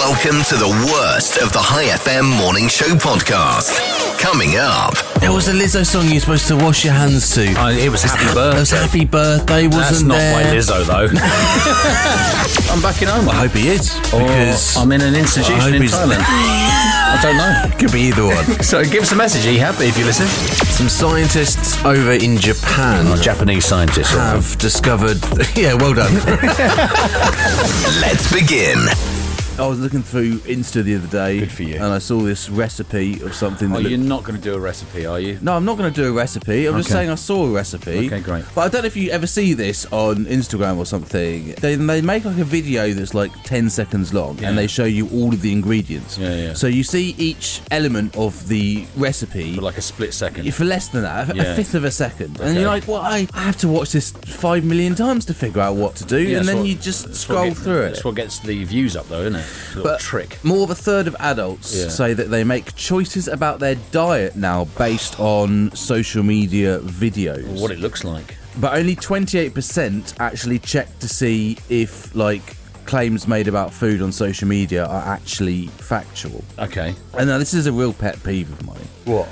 Welcome to the worst of the High FM Morning Show podcast. Coming up, There was a Lizzo song you're supposed to wash your hands to. Oh, it was Happy It was Birthday. Happy Birthday, That's wasn't not there? by Lizzo though. I'm back in I Oman. hope he is Or because I'm in an I hope institution in he's- Thailand. I don't know. could be either one. So give us a message, Ehab, if you listen. Some scientists over in Japan Japanese scientist. have discovered. Yeah, well done. let's begin. I was looking through Insta the other day, Good for you. and I saw this recipe of something. Oh, That you're looked- not going to do a recipe, are you? no, I'm not going to do a recipe. I'm just Okay. saying I saw a recipe. Okay, great. But I don't know if you ever see this on Instagram or something. They, they make like a video that's like 10 seconds long Yeah. and they show you all of the ingredients. Yeah, yeah. So you see each element of the recipe For like a split second. for less than that, a Yeah. fifth of a second. And Okay. you're like, well, I, I have to watch this five million times to figure out what to do. Yeah, and that's then what- you just that's what scroll get- through it. That's what gets the views up, though, isn't it? It's a little trick. More of a third of adults Yeah. say that they make choices about their diet now based on social media videos. What it looks like. but only 28% actually check to see if, like, claims made about food on social media are actually factual. Okay. And now this is a real pet peeve of mine. What?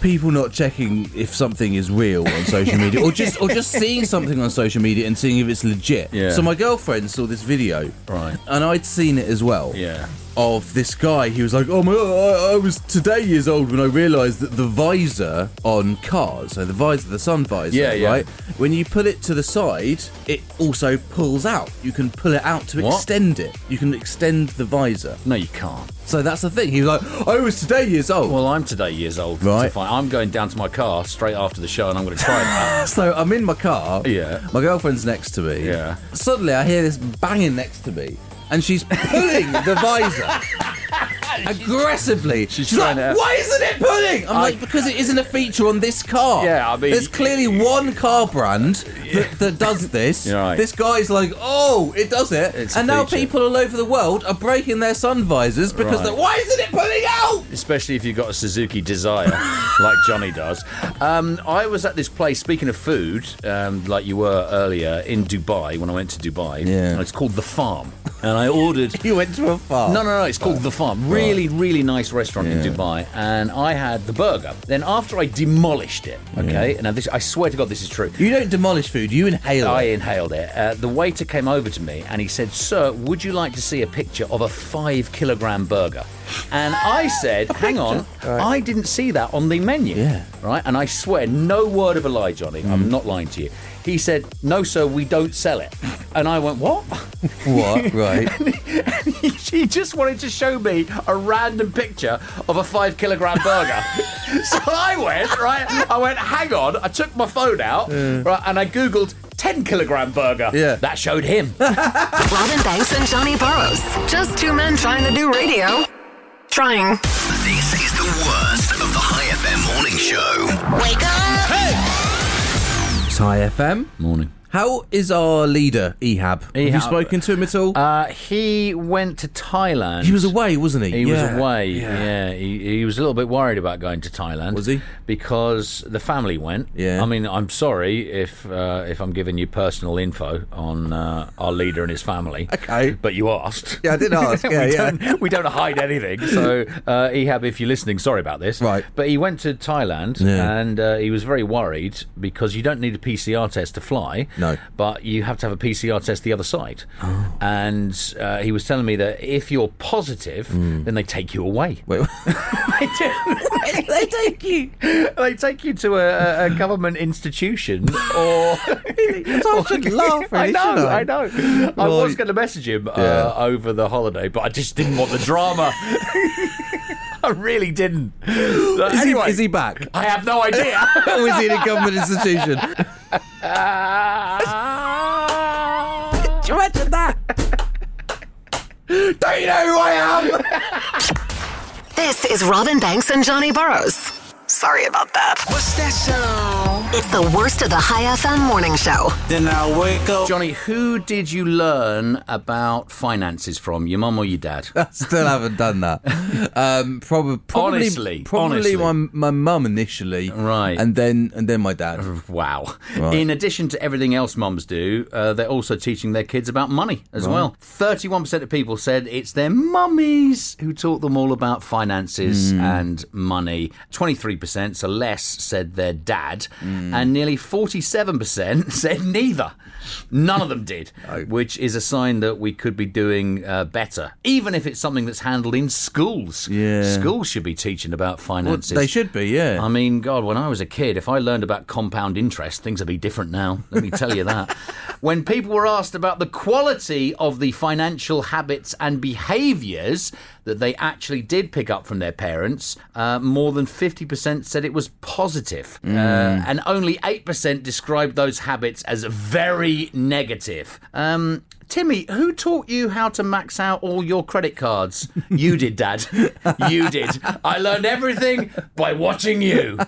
people not checking if something is real on social media or just or just seeing something on social media and seeing if it's legit. Yeah. So my girlfriend saw this video. Right. And I'd seen it as well. Yeah. Of this guy, he was like, "Oh my! I, I was today years old when I realised that the visor on cars, so the visor, the sun visor, Yeah, yeah. right? When you put it to the side, it also pulls out. You can pull it out to What? extend it. You can extend the visor. No, you can't. So that's the thing. He was like, "I was today years old." Well, I'm today years old. Right. So fine. I'm going down to my car straight after the show, and I'm going to try that. So I'm in my car. Yeah. My girlfriend's next to me. Yeah. Suddenly I hear this banging next to me, and she's pulling the visor. Aggressively, she's, trying like, to- "Why isn't it pulling?" I'm like, "Because it isn't a feature on this car." Yeah, I mean- there's clearly one car brand that, that does this. You're right. This guy's like, "Oh, it does it," It's a and now feature. people all over the world are breaking their sun visors because Right. they're, why isn't it pulling out? especially if you've got a Suzuki Desire like Johnny does. Um, I was at this place, speaking of food, um, like you were earlier, in Dubai when I went to Dubai. Yeah. And It's called The Farm. And I ordered. You went to a farm. No, no, no. It's called The Farm. Really, really nice restaurant in Dubai. And I had the burger. Then after I demolished it, okay. Now this, I swear to God, this is true. You don't demolish food. You inhale I it. inhaled it. Uh, the waiter came over to me and he said, Sir, would you like to see a picture of a five kilogram burger? And I said, Hang on, I didn't see that on the menu. Yeah. Mm. Right? And I swear, no word of a lie, Johnny. I'm not lying to you. He said, No, sir, we don't sell it. And I went, What? What? Right. he just wanted to show me a random picture of a five kilogram burger. so I went, right? I went, hang on. I took my phone out, right? And I Googled 10 kilogram burger. Yeah. That showed him. Robin Banks and Johnny Burrows. Just two men trying to do radio. Trying. This is the worst of the High FM Morning Show. Thai FM. Morning. How is our leader, Ehab? Have you Ehab. spoken to him at all? Uh, he went to Thailand. he was away, wasn't he? He Yeah. was away. Yeah, He, he was a little bit worried about going to Thailand. Was he? Because the family went. Yeah. I mean, I'm sorry if uh, if I'm giving you personal info on uh, our leader and his family. Okay. But you asked. Yeah, I did ask. Yeah, we, yeah. Don't, we don't hide anything. So, uh, Ehab, if you're listening, sorry about this. Right. But he went to Thailand Yeah. and uh, he was very worried because you don't need a PCR test to fly. No. Oh. But you have to have a PCR test the other side. And uh, he was telling me that if you're positive, Hmm. then they take you away. Wait, they do. they take you. they take you to a, a government institution or. I should laugh. I know, really, shouldn't I know. I Well, was going to message him Yeah. uh, over the holiday, but I just didn't want the drama. I really didn't. But Is, anyway, he, is he back? I have no idea. Or is he in a government institution? Ah. you imagine that? Don't you know who I am? This is Robin Banks and Johnny Burrows. Sorry about that. What's that sound? It's the worst of the High FM morning show. Then I wake up. Johnny, who did you learn about finances from? Your mum or your dad? Still haven't done that. Um, probably, probably, Honestly, probably honestly. my my mum initially, Right. and then and then my dad. Wow. In addition to everything else mums do, uh, they're also teaching their kids about money as well. 31% of people said it's their mummies who taught them all about finances Hmm. and money. 23%, so less, said their dad. Hmm. And nearly 47% said neither. None of them did, which is a sign that we could be doing uh, better, even if it's something that's handled in schools. Yeah. Schools should be teaching about finances. They should be, yeah. I mean, God, when I was a kid, if I learned about compound interest, things would be different now. Let me tell you that. When people were asked about the quality of the financial habits and behaviours that they actually did pick up from their parents, uh, more than 50% said it was positive. Uh, and only 8% described those habits as very negative. Um, Timmy, who taught you how to max out all your credit cards? You did, Dad. You did. I learned everything by watching you.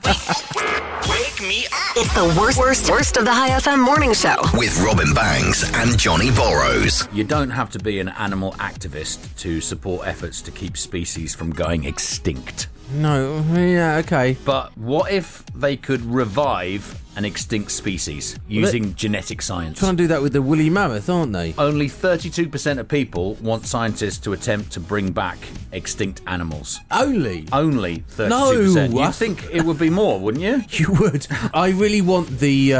Wake me up. It's the worst, worst, worst of the High FM morning show. With Robin Banks and Johnny Borrows. You don't have to be an animal activist to support efforts to keep species from going extinct. No, yeah, okay. But what if they could revive an extinct species using genetic science? trying to do that with the woolly mammoth, aren't they? Only 32% of people want scientists to attempt to bring back extinct animals. Only. Only 32%. No, I- You'd think it would be more, wouldn't you? You would. I really want the uh,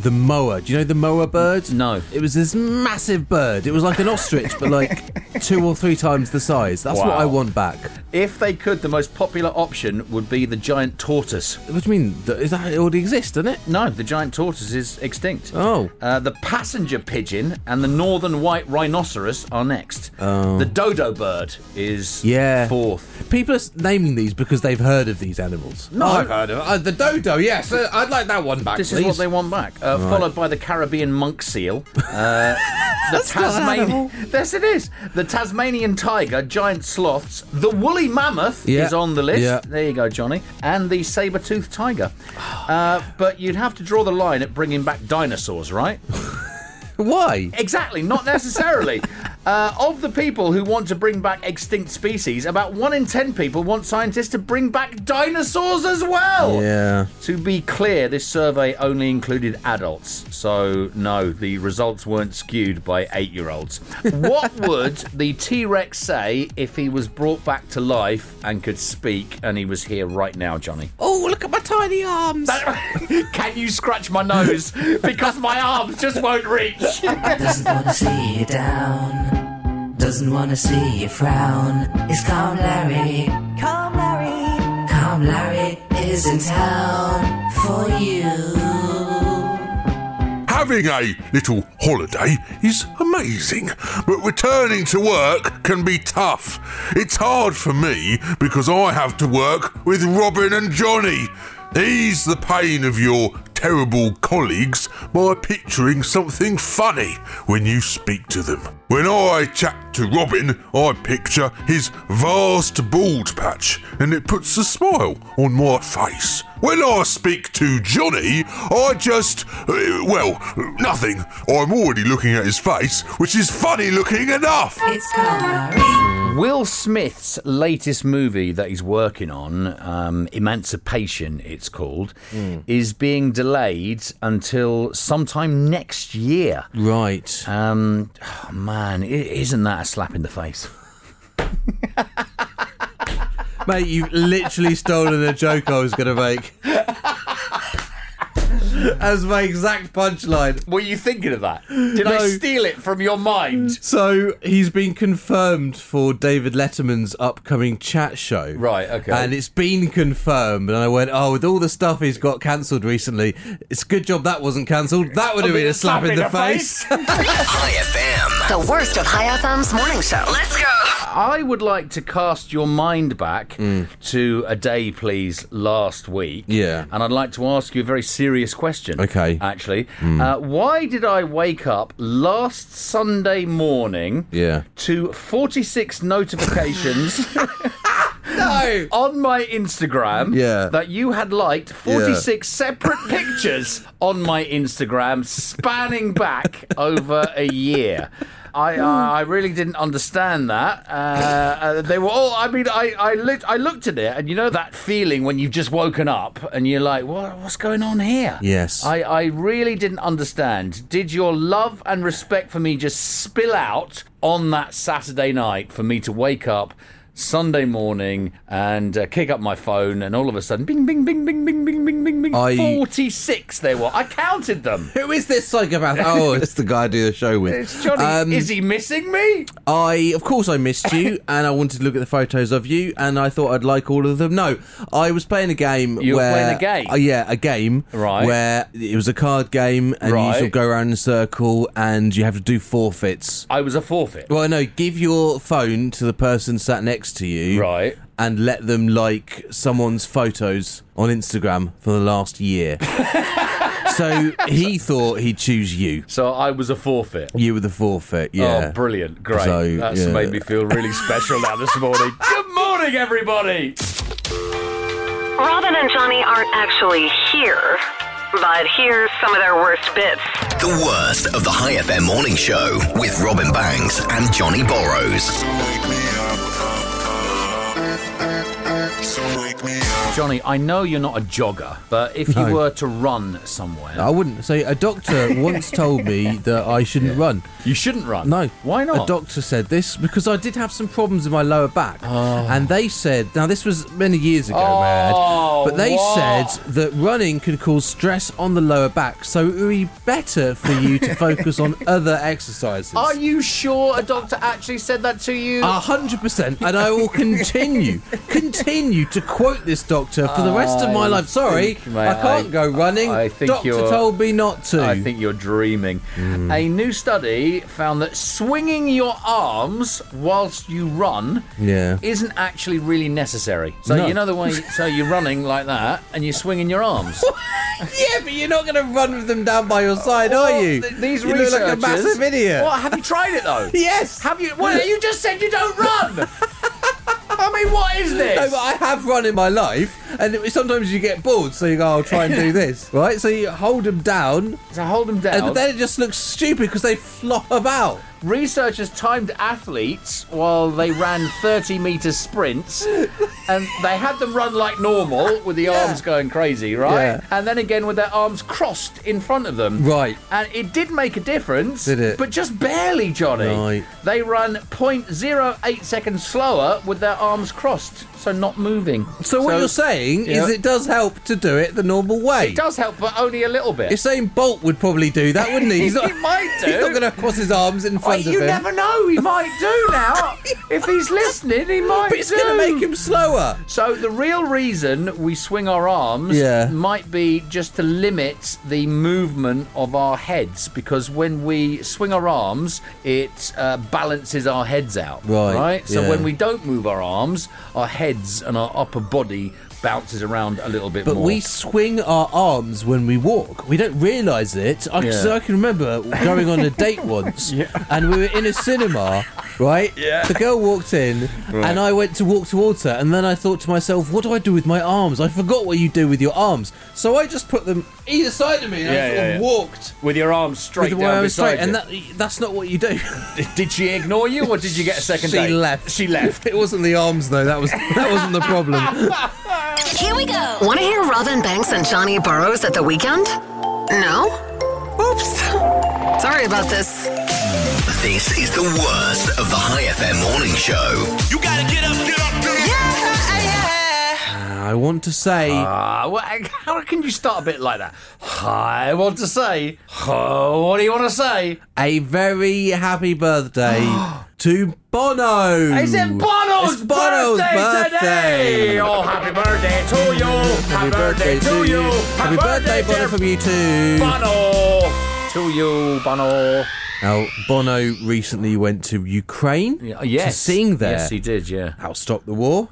the moa. Do you know the moa bird? No. It was this massive bird. It was like an ostrich, but like two or three times the size. That's Wow. what I want back. If they could, the most popular option would be the giant tortoise. What do you mean? Th- Is that it already exists, doesn't it? No, the giant tortoise is extinct. Oh. Uh, the passenger pigeon and the northern white rhinoceros are next. The dodo bird is Oh. Yeah. fourth. People are s- naming these because they've heard of these animals. No, I've heard of uh, the dodo. Yes, uh, I'd like that one back. This is please. what they want back. Uh, Followed by the Caribbean monk seal. Uh, the Tasmanian. Yes, it is. The Tasmanian tiger, giant sloths. The woolly mammoth Yeah. is on the list. Yeah. There you go, Johnny. And the saber toothed tiger. Uh, but you'd have to draw the line at bringing back dinosaurs, right? Why? Exactly, not necessarily. uh, of the people who want to bring back extinct species, about one in ten people want scientists to bring back dinosaurs as well. Yeah. To be clear, this survey only included adults, so no, the results weren't skewed by eight year olds. What would the T Rex say if he was brought back to life and could speak and he was here right now, Johnny? Oh, look at my tiny arms. Can you scratch my nose? Because my arms just won't reach. Doesn't wanna see you down. Doesn't wanna see you frown. It's Calm Larry. Calm Larry. Calm Larry is in town for you. Having a little holiday is amazing, but returning to work can be tough. It's hard for me because I have to work with Robin and Johnny. Ease the pain of your terrible colleagues by picturing something funny when you speak to them. When I chat to Robin, I picture his vast bald patch and it puts a smile on my face. When I speak to Johnny, I just. uh, well, nothing. I'm already looking at his face, which is funny looking enough. It's Calm Larry. Will Smith's latest movie that he's working on, um, Emancipation, it's called, is being delayed until sometime next year. Right. Um, oh man, i- isn't that a slap in the face? Mate, you've literally stolen a joke I was going to make. As my exact punchline. Were you thinking of that? Did No. it from your mind? So he's been confirmed for David Letterman's upcoming chat show. Right, okay. And it's been confirmed. And I went, oh, with all the stuff he's got cancelled recently, it's a good job that wasn't cancelled. That would have been a slap, in the, face. High FM. The worst of High FM's morning show. Let's go. I would like to cast your mind back to a day, please, last week. Yeah. And I'd like to ask you a very serious question. Okay. Actually, uh, why did I wake up last Sunday morning Yeah. to 46 notifications? No. on my Instagram Yeah. that you had liked 46 separate pictures on my Instagram spanning back over a year. I, I I really didn't understand that. Uh, uh, they were all. I mean, I I, lit, I looked at it, and you know that feeling when you've just woken up and you're like, "What what's going on here?" Yes. I I really didn't understand. Did your love and respect for me just spill out on that Saturday night for me to wake up Sunday morning and uh, kick up my phone and all of a sudden, bing, bing, bing, bing, bing, bing, bing, bing, bing, I- 46 they were. I counted them. Who is this psychopath? Oh, it's the guy I do the show with. It's Johnny. Um, Is he missing me? I, of course, I missed you, and I wanted to look at the photos of you, and I thought I'd like all of them. No, I was playing a game. You were where, playing a game? Uh, yeah, a game. Right. Where it was a card game, and you Right. sort of go around in a circle, and you have to do forfeits. I was a forfeit. Well, no, give your phone to the person sat next to you, Right. and let them like someone's photos on Instagram for the last year. so he thought he'd choose you. So I was a forfeit. You were the forfeit. Yeah. Oh, brilliant. Great. So, That's yeah. made me feel really special now this morning. Good morning, everybody. Robin and Johnny aren't actually here, but here's some of their worst bits. The worst of the High FM morning show with Robin Banks and Johnny Borrows. Wake me up. So wake me up. Johnny, I know you're not a jogger, but if No. you were to run somewhere, I wouldn't. So a doctor once told me that I shouldn't run. you shouldn't run. No. Why not? A doctor said this because I did have some problems in my lower back. Oh. And they said, now this was many years ago, Mad, but they Oh, what? said that running could cause stress on the lower back. So it would be better for you to focus on other exercises. Are you sure a doctor actually said that to you? A hundred percent, and I will continue, continue to quote this doctor for the rest of my I life. Sorry, think, mate, I can't I- go running. I think doctor you're- told me not to. I think you're dreaming. Hmm. A new study found that swinging your arms whilst you run Yeah. isn't actually really necessary. So No. you know the way so you're running like that and you're swinging your arms. Yeah, but you're not going to run with them down by your side, are Well, you? th- these you researchers look like a massive idiot. What have you tried it though? Yes. Have you Well, you just said you don't run. I mean, what is this? No, but I have run in my life, and it, sometimes you get bored, so you go, "I'll try and do this." Right? So you hold them down, So hold them down. and then it just looks stupid because they flop about. Researchers timed athletes while they ran 30 meter sprints and they had them run like normal with the arms going crazy, right? Yeah. And then again with their arms crossed in front of them. Right. And it did make a difference. Did it? But just barely, Johnny. Right. They run 0.08 seconds slower with their arms crossed, so not moving. So what you're saying Yeah. is it does help to do it the normal way. It does help, but only a little bit. It's saying Bolt would probably do that, wouldn't he? He's not, He might do. He's not going to cross his arms in Well, front of you him. never know. He might do now. if he's listening, he might but it's do. going to make him slower. So the real reason we swing our arms Yeah. might be just to limit the movement of our heads because when we swing our arms, it uh, balances our heads out. Right, So yeah. when we don't move our arms, our heads and our upper body bounces around a little bit But more. we swing our arms when we walk. We don't realise it. I, so I can remember going on a date once, and we were in a cinema, right? Yeah. The girl walked in, and I went to walk towards her, and then I thought to myself, "What do I do with my arms? I forgot what you do with your arms." So I just put them either side of me, and I Yeah, sort yeah, of yeah. walked with your arms straight with my down arms beside straight, and you. that, that's not what you do. Did she ignore you, or did you get a second she date? left. She left. It wasn't the arms though. That was that wasn't the problem. Here we go. Want to hear Robin Banks and Johnny Burrows at the weekend? No? Oops. Sorry about this. This is the worst of the High FM morning show. You gotta get up, get up, get up. I want to say. Ah, well, how can you start a bit like that? I want to say. Oh, what do you want to say? a very happy birthday to Bono. Is it Bono's, It's Bono's birthday, birthday. today? Oh, happy birthday to you! Happy, birthday, to you! Happy birthday, Bono, dear from you too. Bono! To you, Bono. Now, Bono recently went to Ukraine to sing there. uh, Yes, he did. Yeah, How stop the war?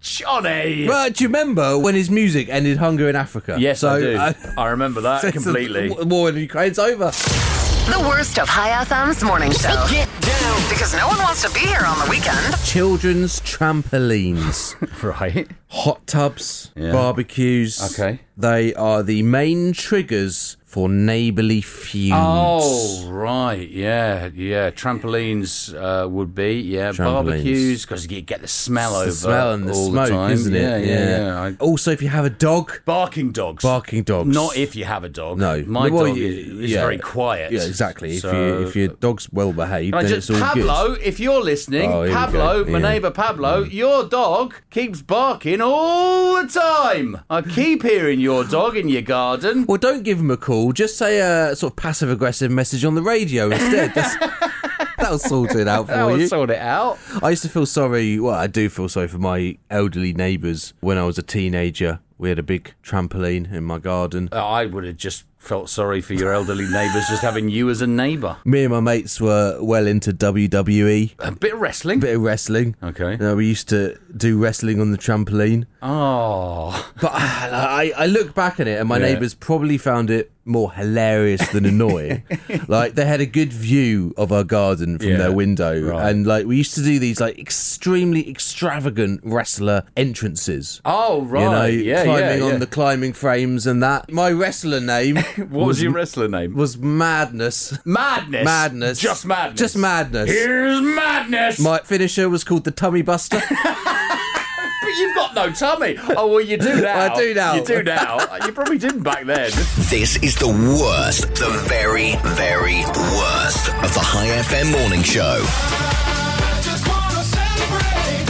Johnny. Well, do you remember when his music ended hunger in Africa? yes, so I do. uh, I remember that so completely. The war in Ukraine's over. The worst of High FM's morning show. Get down. Because no one wants to be here on the weekend. Children's trampolines, Mm. Right. hot tubs, Yeah. barbecues. Okay. They are the main triggers for neighbourly feuds. Oh, right. Yeah, yeah. Trampolines uh, would be, yeah. Trampolines. Barbecues, because you get the smell It's over the smell and the all smoke, the time. isn't it? Yeah, yeah. yeah. I- Also, if you have a dog, barking dogs. barking dogs. Not if you have a dog. No. My Well, dog you- is, is yeah. very quiet. Yeah, exactly. So- If you if your dog's well behaved, And I then just, it's all Pablo, if you're listening, Oh, here we Pablo, go. my Yeah. Mm. neighbour Pablo, your dog keeps barking all the time. I keep hearing your dog in your garden. Well, don't give him a call. Just say a sort of passive aggressive message on the radio instead. That's, that'll sort it out for I'll you. sort it out. I used to feel sorry. Well, I do feel sorry for my elderly neighbours when I was a teenager. We had a big trampoline in my garden. I would have just felt sorry for your elderly neighbours just having you as a neighbour. Me and my mates were well into WWE, A bit of wrestling. bit of wrestling. Okay. You know, we used to do wrestling on the trampoline. Oh, But uh, I, I I look back at it, and my Yeah. neighbours probably found it more hilarious than annoying. like they had a good view of our garden from Yeah, their window, right. and like we used to do these like extremely extravagant wrestler entrances. oh, right. You know, yeah, climbing yeah, on yeah. the climbing frames and that. My wrestler name What was your wrestler name? was Madness. Madness. Madness. Just madness. Just madness. Here's madness. My finisher was called the Tummy Buster. But you've got no tummy. Oh well, you do now. I do now. You do now. you probably didn't back then. This is the worst, the very, very worst of the High FM morning show. I just wanna celebrate.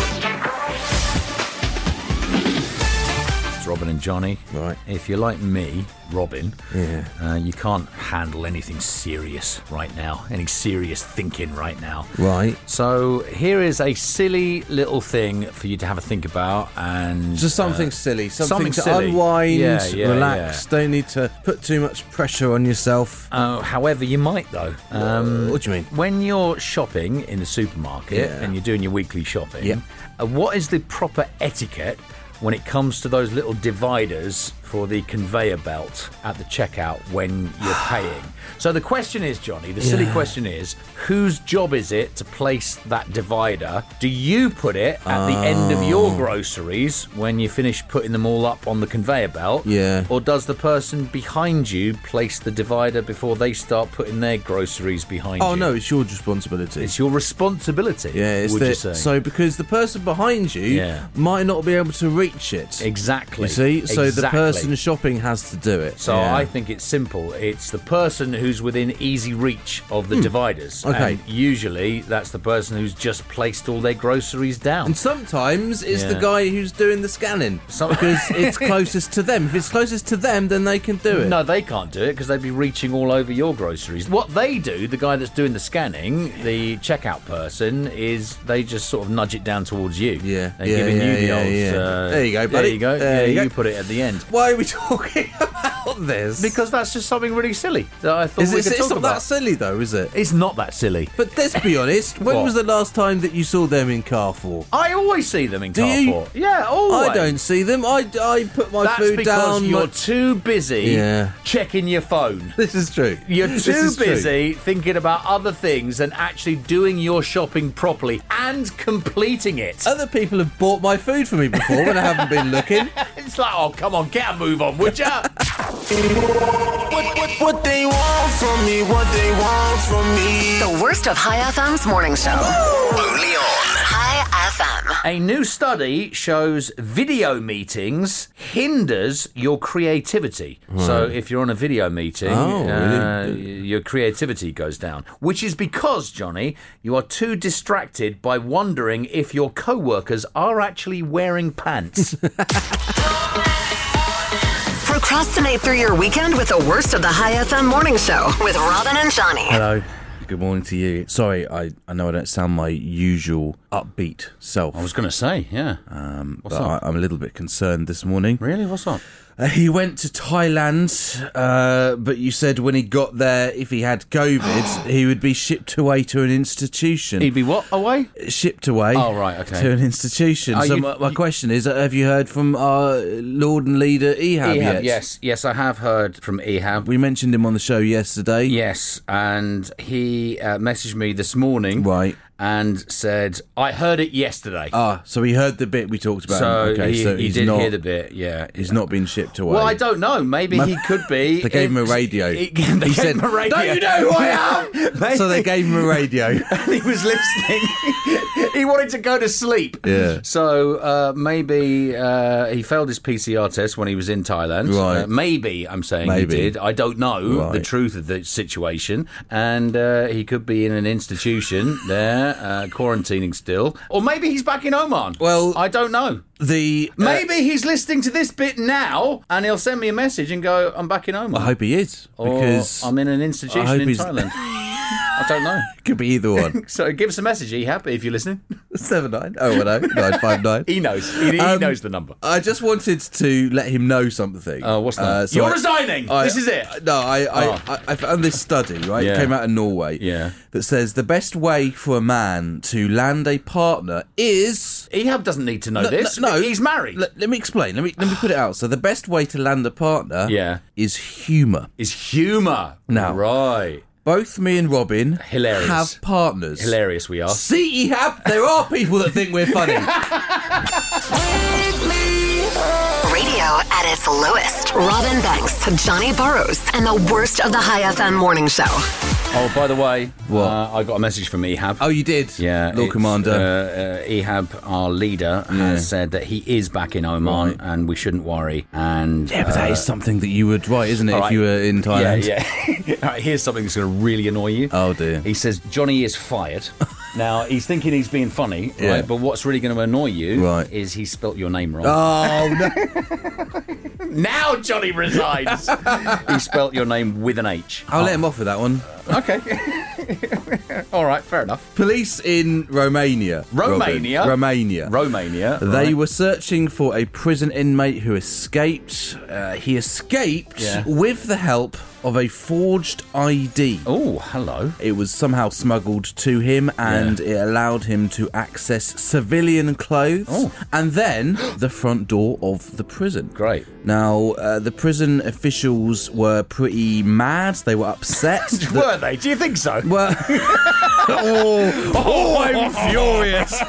It's Robin and Johnny. Right. If you're like me, Robin, Yeah. uh, you can't handle anything serious right now. Any serious thinking right now. right. So here is a silly little thing for you to have a think about and Just something silly, something something, to silly. unwind, Yeah, yeah, relax. Don't need to put too much pressure on yourself. Uh, Uh, however, you might though. Um, what do you mean? When you're shopping in the supermarket Yeah. and you're doing your weekly shopping, Yeah. uh, what is the proper etiquette when it comes to those little dividers for the conveyor belt at the checkout when you're paying? So the question is, Johnny, the silly question is, whose job is it to place that divider? Do you put it at the end of Oh. your groceries when you finish putting them all up on the conveyor belt? Yeah. Or does the person behind you place the divider before they start putting their groceries behind you? Oh no, it's your responsibility. It's your responsibility. yeah, it's would the, you say? so because the person behind you Yeah. might not be able to reach it. exactly. You see, so the Exactly. person shopping has to do it. So Yeah. I think it's simple. It's the person who's within easy reach of the dividers. Hmm. Okay. And usually that's the person who's just placed all their groceries down. And sometimes it's the Yeah. guy who's doing the scanning Some- because it's closest to them. If it's closest to them, then they can do it. No, they can't do it because they'd be reaching all over your groceries. What they do, the guy that's doing the scanning, the checkout person, is they just sort of nudge it down towards you. Yeah, They're yeah, giving yeah, you the yeah, old. yeah. Uh, There you go, buddy. There you go. There yeah, you go. you put it at the end. Why are we talking about this? Because that's just something really silly that I thought is we it, could it's talk not about. that silly though, is it? it's not that silly. But let's be honest. When What? was the last time that you saw them in Carrefour? I always see them in Do you? Carrefour. Yeah, always. I don't see them. I, I put my That's food because down. you're my- too busy Yeah. checking your phone. This is true. You're This too is true. busy thinking about other things than actually doing your shopping properly and completing it. Other people have bought my food for me before when I haven't been looking. It's like, oh, come on, get a move on, would ya? What, what, what they want from me, what they want from me. The worst of High FM's morning show. Only on High FM. a new study shows video meetings hinders your creativity. So if you're on a video meeting, Oh, uh, your creativity goes down, which is because, Johnny, you are too distracted by wondering if your co-workers are actually wearing pants. Procrastinate through your weekend with the worst of the High FM morning show with Robin and Johnny. Hello. Good morning to you. Sorry, I, I know I don't sound my usual upbeat self. I was going to say, yeah. um, What's but up? I, I'm a little bit concerned this morning. really? What's up? Uh, he went to Thailand, uh, but you said when he got there, if he had COVID, he would be shipped away to an institution. He'd be what away? shipped away. Oh, right, okay. To an institution. Are so you- my, my question is: uh, Have you heard from our Lord and Leader Ehab, yet? Yes, yes, I have heard from Ehab. We mentioned him on the show yesterday. Yes, and he uh, messaged me this morning, Right. and said I heard it yesterday. Ah, so he heard the bit we talked about. so okay, he, so he he's did not. hear the bit. Yeah. He's not been shipped away. well, I don't know. Maybe he could be. They gave him a It's- radio. He, they gave said, him a radio. "Don't you know who I am?" Maybe. So they gave him a radio. he was listening. he wanted to go to sleep. Yeah. So uh, maybe uh, he failed his PCR test when he was in Thailand. Right. Uh, maybe I'm saying Maybe. he did. I don't know the Right. truth of the situation, and uh, he could be in an institution there, uh, quarantining still, or maybe he's back in Oman. Well- I don't know. the uh, Maybe he's listening to this bit now, and he'll send me a message and go, "I'm back in Oman." uh, I hope he is or because I'm in an institution hope in he's- Thailand. I don't know. it could be either one. So give us a message. Are you happy if you're listening? Seven nine oh one oh nine five nine. He knows. He, he Um, knows the number. I just wanted to let him know something. Uh, Oh, what's that? You're resigning! This is it! No, I I, Oh. I I found this study right. Yeah. It came out of Norway. Yeah. That says the best way for a man to land a partner is. Ehab E doesn't need to know this. no, he's married. Let, let me explain. Let me let me put it out. So the best way to land a partner. Yeah. Is humour. Is humour. No. right? Both me and Robin Hilarious. have partners. Hilarious we are. See, you have. There are people that think we're funny. Radio at its lowest. Robin Banks, Johnny Burrows, and the worst of the High FM morning show. Oh, by the way, What? uh, I got a message from Ehab. oh, you did. yeah, Lord it's, Commander. Uh, uh, Ehab, our leader, has said that he is back in Oman and we shouldn't worry. And yeah, but that is something that you would write, isn't it? uh, All If right. you were in Thailand. Yeah, yeah. All right, here's something that's going to really annoy you. Oh, dear. He says Johnny is fired. now he's thinking he's being funny, Yeah. right? But what's really going to annoy you Right. is he spelt your name wrong. Oh no! Now Johnny resigns. he spelt your name with an H. I'll let him off with that one. Okay. All right, fair enough. Police in Romania. Robin. Romania? Romania. Romania. They were searching for a prison inmate who escaped. Uh, he escaped Yeah. with the help of a forged ID. Oh, hello. It was somehow smuggled to him and it allowed him to access civilian clothes Oh. and then the front door of the prison. Great. Now, uh, the prison officials were pretty mad. They were upset. that- Were they? Do you think so? well, oh, oh, I'm furious.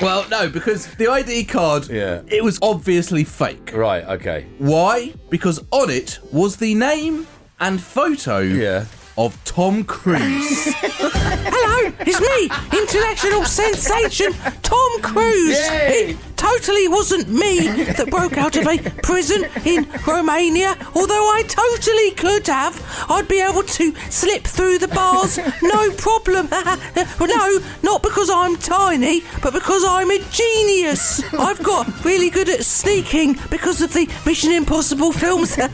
well, no, because the ID card, Yeah. it was obviously fake. Right. Okay. Why? Because on it was the name and photo Yeah. of Tom Cruise. Hello, it's me, international sensation Tom Cruise. Yay! It totally wasn't me that broke out of a prison in Romania, although I totally could have. I'd be able to slip through the bars, no problem. well, no, not because I'm tiny, but because I'm a genius. I've got really good at sneaking because of the Mission Impossible films. Uh,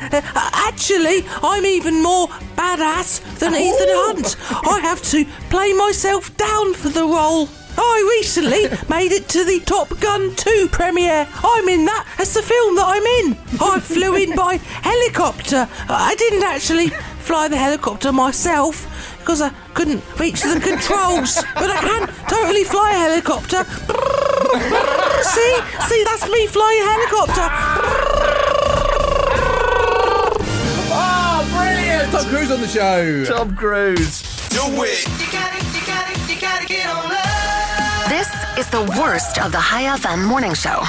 Actually, I'm even more badass than Ethan Hunt. I have to play myself down for the role. I recently made it to the Top Gun 2 premiere. I'm in that. That's the film that I'm in. I flew in by helicopter. I didn't actually fly the helicopter myself because I couldn't reach the controls, but I can totally fly a helicopter. see? See, that's me flying a helicopter. Oh, brilliant! Tom Cruise on the show. Tom Cruise. Do it. This is the worst of the High FM morning show.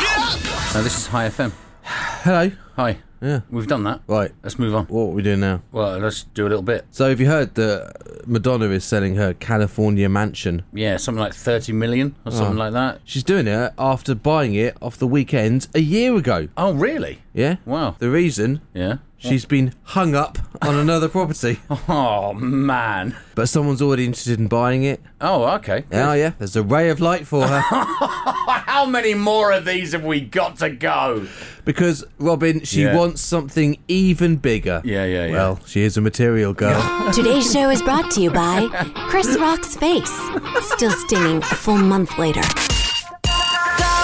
Now this is High FM. Hello. Hi. Yeah. We've done that. Right. Let's move on. What are we doing now? Well, let's do a little bit. So, have you heard that Madonna is selling her California mansion? Yeah, something like thirty million Oh. or something like that. She's doing it after buying it off the weekend a year ago. Oh, really? Yeah? Wow. The reason? Yeah. She's been hung up on another property, Oh man. but someone's already interested in buying it. Oh, okay. Oh, yeah, there's a ray of light for her. How many more of these have we got to go? because, Robin, she Yeah. wants something even bigger. Yeah, yeah, yeah. Well, she is a material girl. Today's show is brought to you by Chris Rock's face. Still stinging a full month later.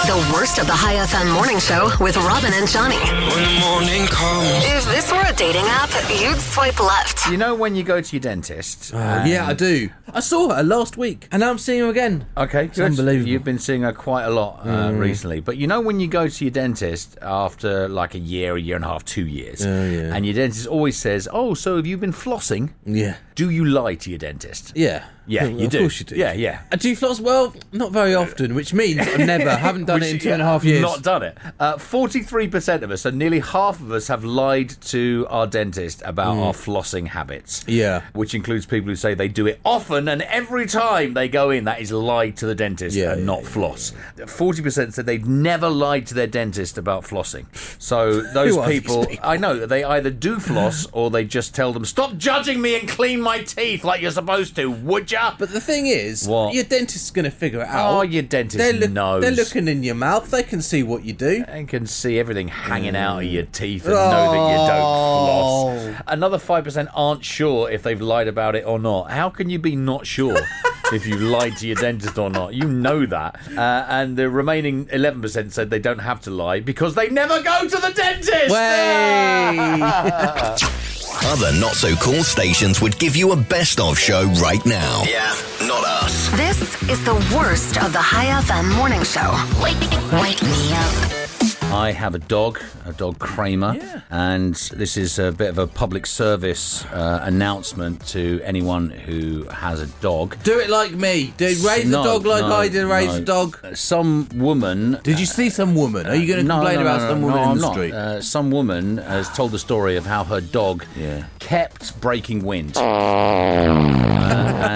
The worst of the High FM morning show with Robin and Johnny. When the morning comes. If this were a dating app, you'd swipe left. You know when you go to your dentist? Uh, yeah, I and- do. I saw her last week, and now I'm seeing her again. Okay, it's unbelievable. Mm. You've been seeing her quite a lot uh, recently, but you know when you go to your dentist after like a year, a year and a half, two years, Oh, yeah. and your dentist always says, "Oh, so have you been flossing?" Yeah. Do you lie to your dentist? Yeah. Yeah, Well, you of do. course you do. Yeah, yeah. I do floss well, not very often, which means I never haven't done it in Which- two and a half years. Not done it. Uh, Forty-three percent of us, so nearly half of us, have lied to our dentist about our flossing habits. Mm. Yeah. which includes people who say they do it often and every time they go in. That is lied to the dentist Yeah, and yeah, not floss. Forty percent said they've never lied to their dentist about flossing. So those Who are these people, I know they either do floss or they just tell them, "Stop judging me and clean my teeth like you're supposed to, would ya?" But the thing is, What? your dentist's going to figure it out. Oh, your dentist they're knows. They're looking in your mouth. They can see what you do. and can see everything hanging out of your teeth and know that you don't floss. Another 5% aren't sure if they've lied about it or not. How can you be not sure? If you lied to your dentist or not, you know that. Uh, and the remaining 11% said they don't have to lie because they never go to the dentist. Way. Other not so cool stations would give you a best of show right now. Yeah, not us. This is the worst of the High FM morning show. Wake, wake me up. I have a dog, a dog Kramer, and this is a bit of a public service uh, announcement to anyone who has a dog. Do it like me. Do raise No, a dog like no, I did raise no. a dog. Uh, Uh, Some woman uh, Did you see some woman? Are you going to complain about some woman no, in I'm the not. street? Uh, some woman has told the story of how her dog kept breaking wind. Uh,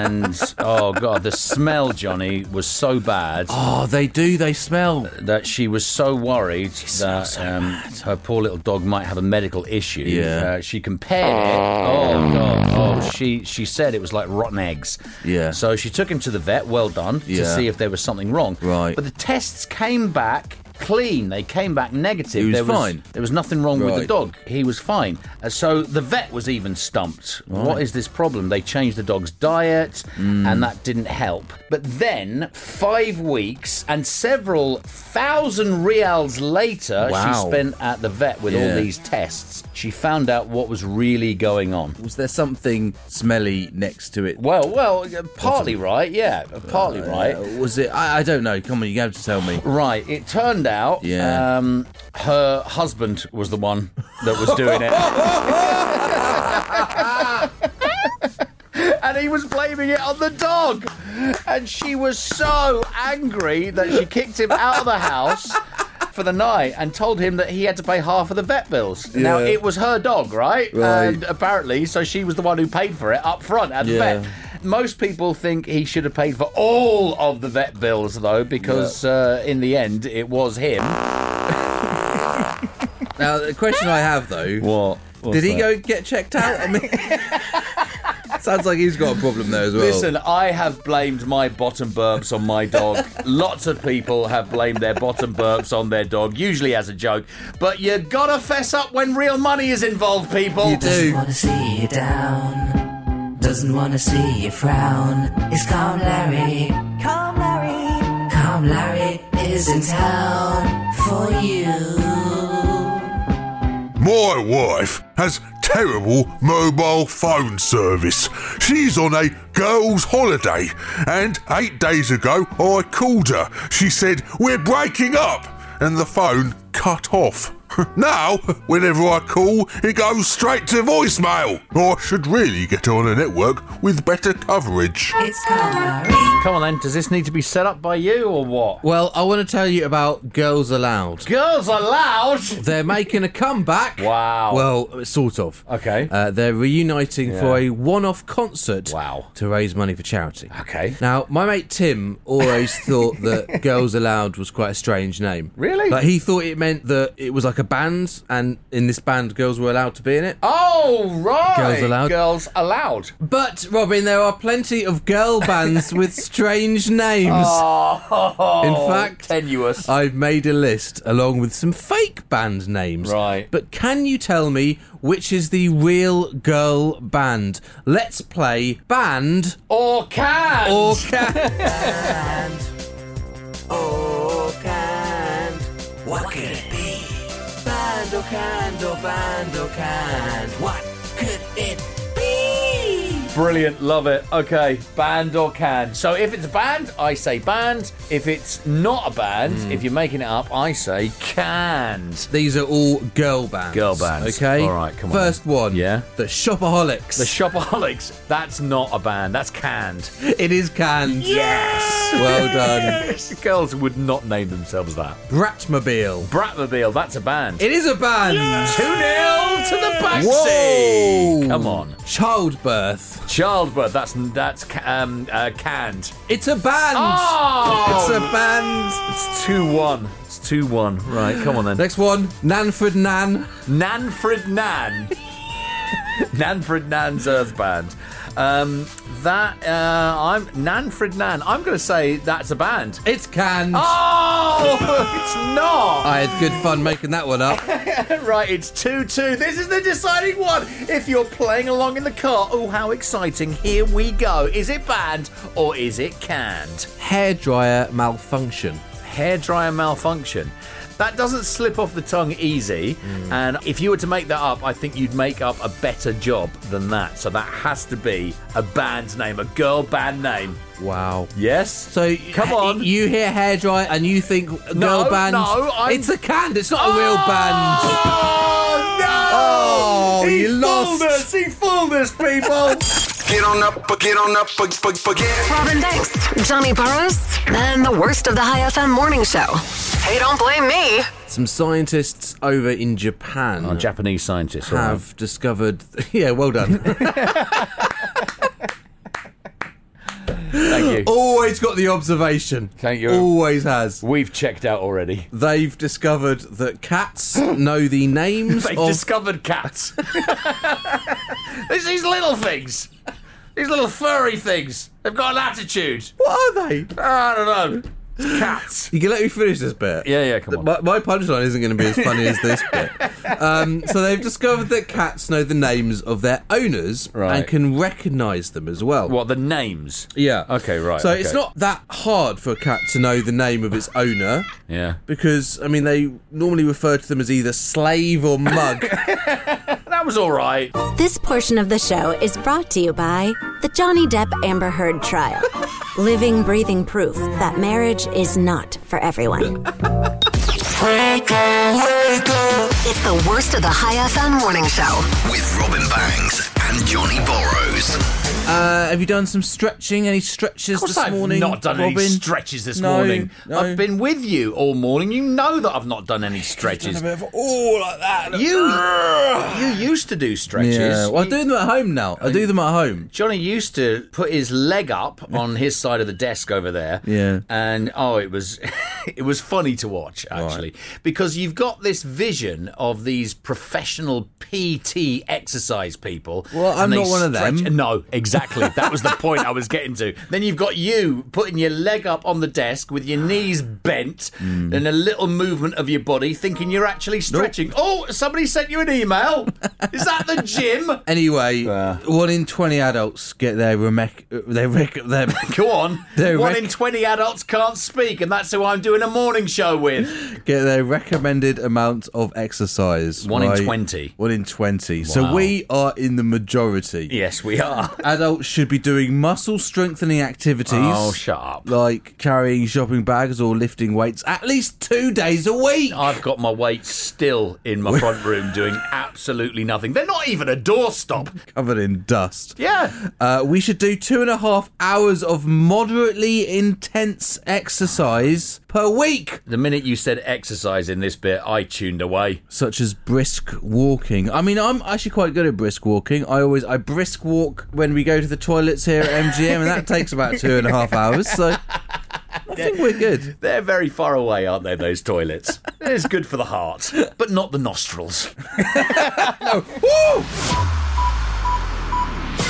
and oh god, the smell, Johnny, was so bad Oh, they do. They smell. that she was so worried that um, her poor little dog might have a medical issue. Yeah. Uh, she compared it. Oh god. Oh, she she said it was like rotten eggs. Yeah. So she took him to the vet. Well done. To Yeah. see if there was something wrong. Right. But the tests came back clean. They came back negative. He was there was fine. There was nothing wrong with the Right. dog. He was fine. Uh, so the vet was even stumped. What is this problem? They changed the dog's diet, Hmm. and that didn't help. But then, five weeks and several thousand reals later, Wow. she spent at the vet with all Yeah. these tests. She found out what was really going on. Was there something smelly next to it? Well, well, uh, partly right, yeah, partly right. Uh, was it? I, I don't know. Come on, you have to tell me. Right, it turned out Yeah. um, her husband was the one that was doing it. and he was blaming it on the dog. And she was so angry that she kicked him out of the house for the night and told him that he had to pay half of the vet bills. Now, Yeah. it was her dog, right? Right. And apparently, so she was the one who paid for it up front at the Yeah. vet. Most people think he should have paid for all of the vet bills, though, because uh, in the end, it was him. Now the question I have though: What? Did he go get checked out? I mean, sounds like he's got a problem there as well. Listen, I have blamed my bottom burps on my dog. Lots of people have blamed their bottom burps on their dog, usually as a joke. But you gotta fess up when real money is involved, people. you Doesn't do. wanna see you down. Doesn't wanna see you frown. It's Calm Larry. Calm Larry. Calm Larry is in town for you. My wife has terrible mobile phone service. She's on a girls' holiday, and eight days ago I called her. She said, We're breaking up, and the phone cut off. Now, whenever I call, it goes straight to voicemail. I should really get on a network with better coverage. It's Calm Larry. Come on then, does this need to be set up by you or what? Well, I want to tell you about Girls Aloud. Girls allowed! They're making a comeback. Wow. Well, sort of. Okay. Uh, they're reuniting for a one-off concert. Wow. To raise money for charity. Okay. Now, my mate Tim always thought that Girls Aloud was quite a strange name. Really? Like he thought it meant that it was like a a band, and in this band, girls were allowed to be in it. Oh, right. Girls allowed. Girls allowed. But Robin, there are plenty of girl bands with strange names. Oh, In fact, tenuous. I've made a list along with some fake band names. Right. But can you tell me which is the real girl band? Let's play band or can. or can. What could it be? Bando cando, bando can. What could it be? Brilliant, love it. Okay, band or can. So if it's a band, I say band. If it's not a band, if you're making it up, I say canned. These are all girl bands. Girl bands. Okay. All right, come on First one. Yeah. The Shopaholics. The Shopaholics, that's not a band, that's canned. it is canned. Yes! Well done. Girls would not name themselves that. Bratmobile. Bratmobile, that's a band. It is a band. 2 0 to the back Whoa! Come on. Childbirth. Childbirth, that's that's ca- um, uh, canned. It's a band. Oh! It's a band. It's 2 1. It's 2 1. Right, come on then. Next one, Nanford Nan. Nanfred Nan. Nanfred Nan's Earth Band. Um, that uh, I'm Nanfred Nan. I'm going to say that's a band. It's canned. Oh, it's not. I had good fun making that one up. Right, it's 2 2. This is the deciding one. If you're playing along in the car, oh, how exciting. Here we go. Is it banned or is it canned? Hairdryer malfunction. Hairdryer malfunction. That doesn't slip off the tongue easy. Mm. And if you were to make that up, I think you'd make up a better job than that. So that has to be a band name, a girl band name. Wow. Yes? So come ha- on. you hear hairdryer and you think No, girl band. no, I'm- Ah. it's a canned. It's not a real band. Oh, no! Oh, he you fooled lost. us. He fooled us, people. Get on up, but get on up, but, but, forget. Robin Banks, Johnny Burrows, and the worst of the High FM morning show. Hey, don't blame me. Some scientists over in Oh, Japan Our Japanese scientists all right. have discovered. Yeah, well done. Thank you. Always got the observation. Thank you. Always has. We've checked out already. They've discovered that cats know the names They've of. discovered cats. There's these little things. These little furry things. They've got an attitude. what are they? I don't know. It's cats. You can let me finish this bit. Yeah, yeah, come on. My, my punchline isn't going to be as funny as this bit. Um, so they've discovered that cats know the names of their owners Right. and can recognise them as well. What, the names? Yeah. Okay, right, So it's okay. not that hard for a cat to know the name of its owner. Yeah. Because I mean, they normally refer to them as either slave or mug. That was all right. This portion of the show is brought to you by the Johnny Depp Amber Heard trial. Living, breathing proof that marriage is not for everyone. It's the worst of the High FM morning show. With Robin Banks and Johnny Borrows. uh, have you done some stretching? Any stretches Of course this I've morning? not done Robin? any stretches this No, morning. no. I've been with you all morning. You know that I've not done any stretches. all like that. You, you used to do stretches. Yeah, well, I do them at home now. I do them at home. Johnny used to put his leg up on his side of the desk over there. Yeah. And oh, it was it was funny to watch actually because you've got this vision of these professional PT exercise people. Well, I'm and they not one of stretch- them. No, exactly. That was the point I was getting to. Then you've got you putting your leg up on the desk with your knees bent Hmm. and a little movement of your body thinking you're actually stretching. Oh, somebody sent you an email. Is that the gym? Anyway, one in twenty adults get their remec- their rec- their Go on. They One rec- in 20 adults can't speak, and that's who I'm doing a morning show with. get their recommended amount of exercise. One in right? 20. One in twenty. So Wow. we are in the majority. Yes, we are. Adults should be doing muscle strengthening activities. Oh, shut up. Like carrying shopping bags or lifting weights at least two days a week. I've got my weight still in my front room doing absolutely nothing. They're not even a doorstop. Covered in dust. Yeah. Uh, we should do two and a half hours of moderately intense exercise per week, The minute you said exercise in this bit, I tuned away. such as brisk walking. I mean, I'm actually quite good at brisk walking. I always I brisk walk when we go to the toilets here at MGM, and that takes about two and a half hours. So I think we're good. They're very far away, aren't they? Those toilets. it's good for the heart, but not the nostrils.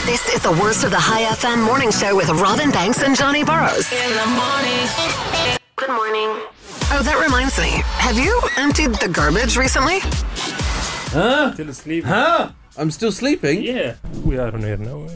This is the worst of the High FM morning show with Robin Banks and Johnny Burrows. Good morning. Oh, that reminds me. Have you emptied the garbage recently? Huh? Still asleep. Huh? I'm still sleeping? Yeah. We are on air now.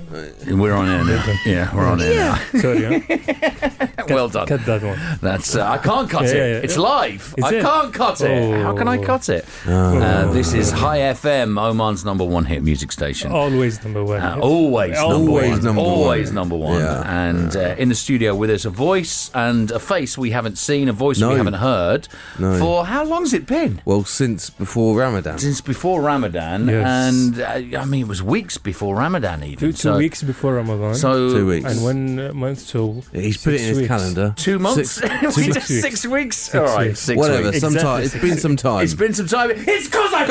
We're on air now. Yeah, we're on air now. Sorry, huh? well done. Cut that one. That's uh, I can't cut Yeah, it. yeah, yeah. It's live. Is I it? Oh. can't cut it. How can I cut it? Uh, this is High FM, Oman's number one hit music station. Always number one. Uh, always, number Always one. number one. always number one. And uh, in the studio with us, a voice and a face we haven't seen, a voice No. we haven't heard. No. For how long's it been? Well, since before Ramadan. Since before Ramadan, Yes. and uh, I mean it was weeks before Ramadan, even Two, two so, weeks before Ramadan. So Two weeks. and one uh, month, so. He's put it six in his weeks. calendar. two months, Six- We two- just- six six weeks. Six All right, weeks. six Whatever, weeks. some Exactly. time. It's been some time. It's been some time. It's because I